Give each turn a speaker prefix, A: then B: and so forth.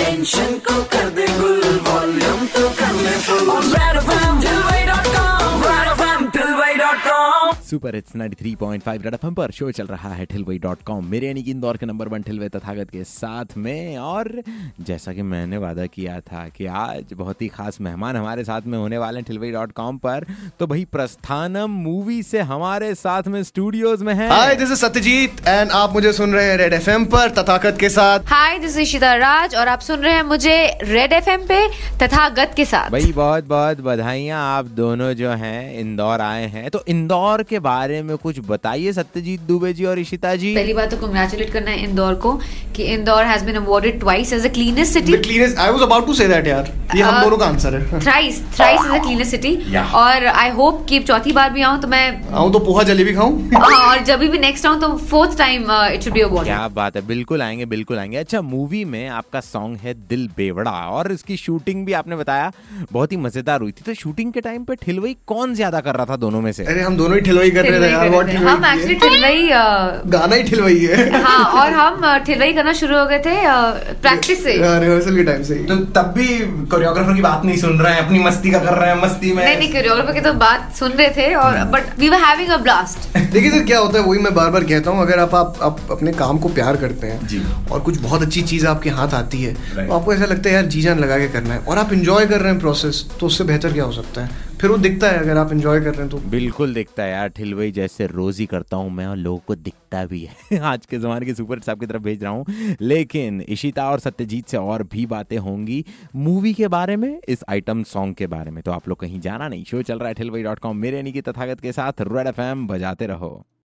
A: Tension को कर दे गुल वॉल्यूम तो कर ले full
B: super hits 93.5 red FM पर शो चल रहा है ठिलवई डॉट कॉम मेरे यानी कि इंदौर के नंबर वन ठिलवे तथागत के साथ में और जैसा कि मैंने वादा किया था कि आज बहुत ही खास मेहमान हमारे साथ में होने वाले हैं ठिलवई डॉट कॉम पर तो भाई प्रस्थानम मूवी से हमारे साथ में स्टूडियोज में है
C: hi this is Satyajit and आप मुझे सुन रहे हैं रेड एफएम पर तथाकत के साथ
D: hi this is Sheetal Raj और आप सुन रहे हैं मुझे रेड एफ पे तथागत के साथ
B: भाई बहुत बहुत बधाइयाँ आप दोनों जो हैं इंदौर आए हैं तो इंदौर के बारे में कुछ बताइए सत्यजीत दुबे जी और इशिता जी
D: पहली बात तो कंग्रेचुलेट करना है इंदौर को कि Indore has been awarded twice as a cleanest city
C: the cleanest I was about to say that यार ये हम दोनों का आंसर है
D: thrice thrice as a cleanest city और आई होप कि चौथी बार भी आऊं तो मैं
C: आऊं तो पोहा जलेबी खाऊं
D: हाँ, और जब भी नेक्स्ट आऊं तो fourth time it should be award
B: क्या बात है बिल्कुल आएंगे बिल्कुल आएंगे अच्छा मूवी में आपका सॉन्ग है दिल बेवड़ा और इसकी शूटिंग भी आपने बताया बहुत ही मजेदार हुई थी तो शूटिंग के टाइम पे ठिलवई कौन ज्यादा कर रहा था दोनों में से
C: अरे हम दोनों ही ठिलवाई कर रहे थे यार व्हाट
D: हम एक्चुअली ठिलवई अ,
C: गाना ही ठिलवाई है
D: हाँ और हम अ, ठिलवई करना शुरू हो गए थे प्रैक्टिस से
C: रिहर्सल के टाइम से ही।
E: तो तब भी कोरियोग्राफर की बात नहीं सुन रहे हैं अपनी मस्ती का कर रहे हैं मस्ती में
D: नहीं नहीं कोरियोग्राफर की तो बात सुन रहे थे और but we were having a blast
C: देखिए सर क्या होता है वही मैं बार बार कहता हूँ अगर आप, आप आप अपने काम को प्यार करते हैं और कुछ बहुत अच्छी चीज़ आपके हाथ आती है तो आपको ऐसा लगता है यार जी जान लगा के करना है और आप इंजॉय कर रहे हैं प्रोसेस तो उससे बेहतर क्या हो सकता है फिर वो दिखता है अगर आप इंजॉय कर रहे हैं तो
B: बिल्कुल दिखता है यार ठिलवई जैसे रोज ही करता हूँ मैं और लोगों को दिखता भी है आज के जमाने के सुपर साहब की तरफ भेज रहा हूँ लेकिन इशिता और सत्यजीत से और भी बातें होंगी मूवी के बारे में इस आइटम सॉन्ग के बारे में तो आप लोग कहीं जाना नहीं शो चल रहा है ठिलवई डॉट कॉम मेरे यानी कि तथागत के साथ रेड एफ बजाते रहो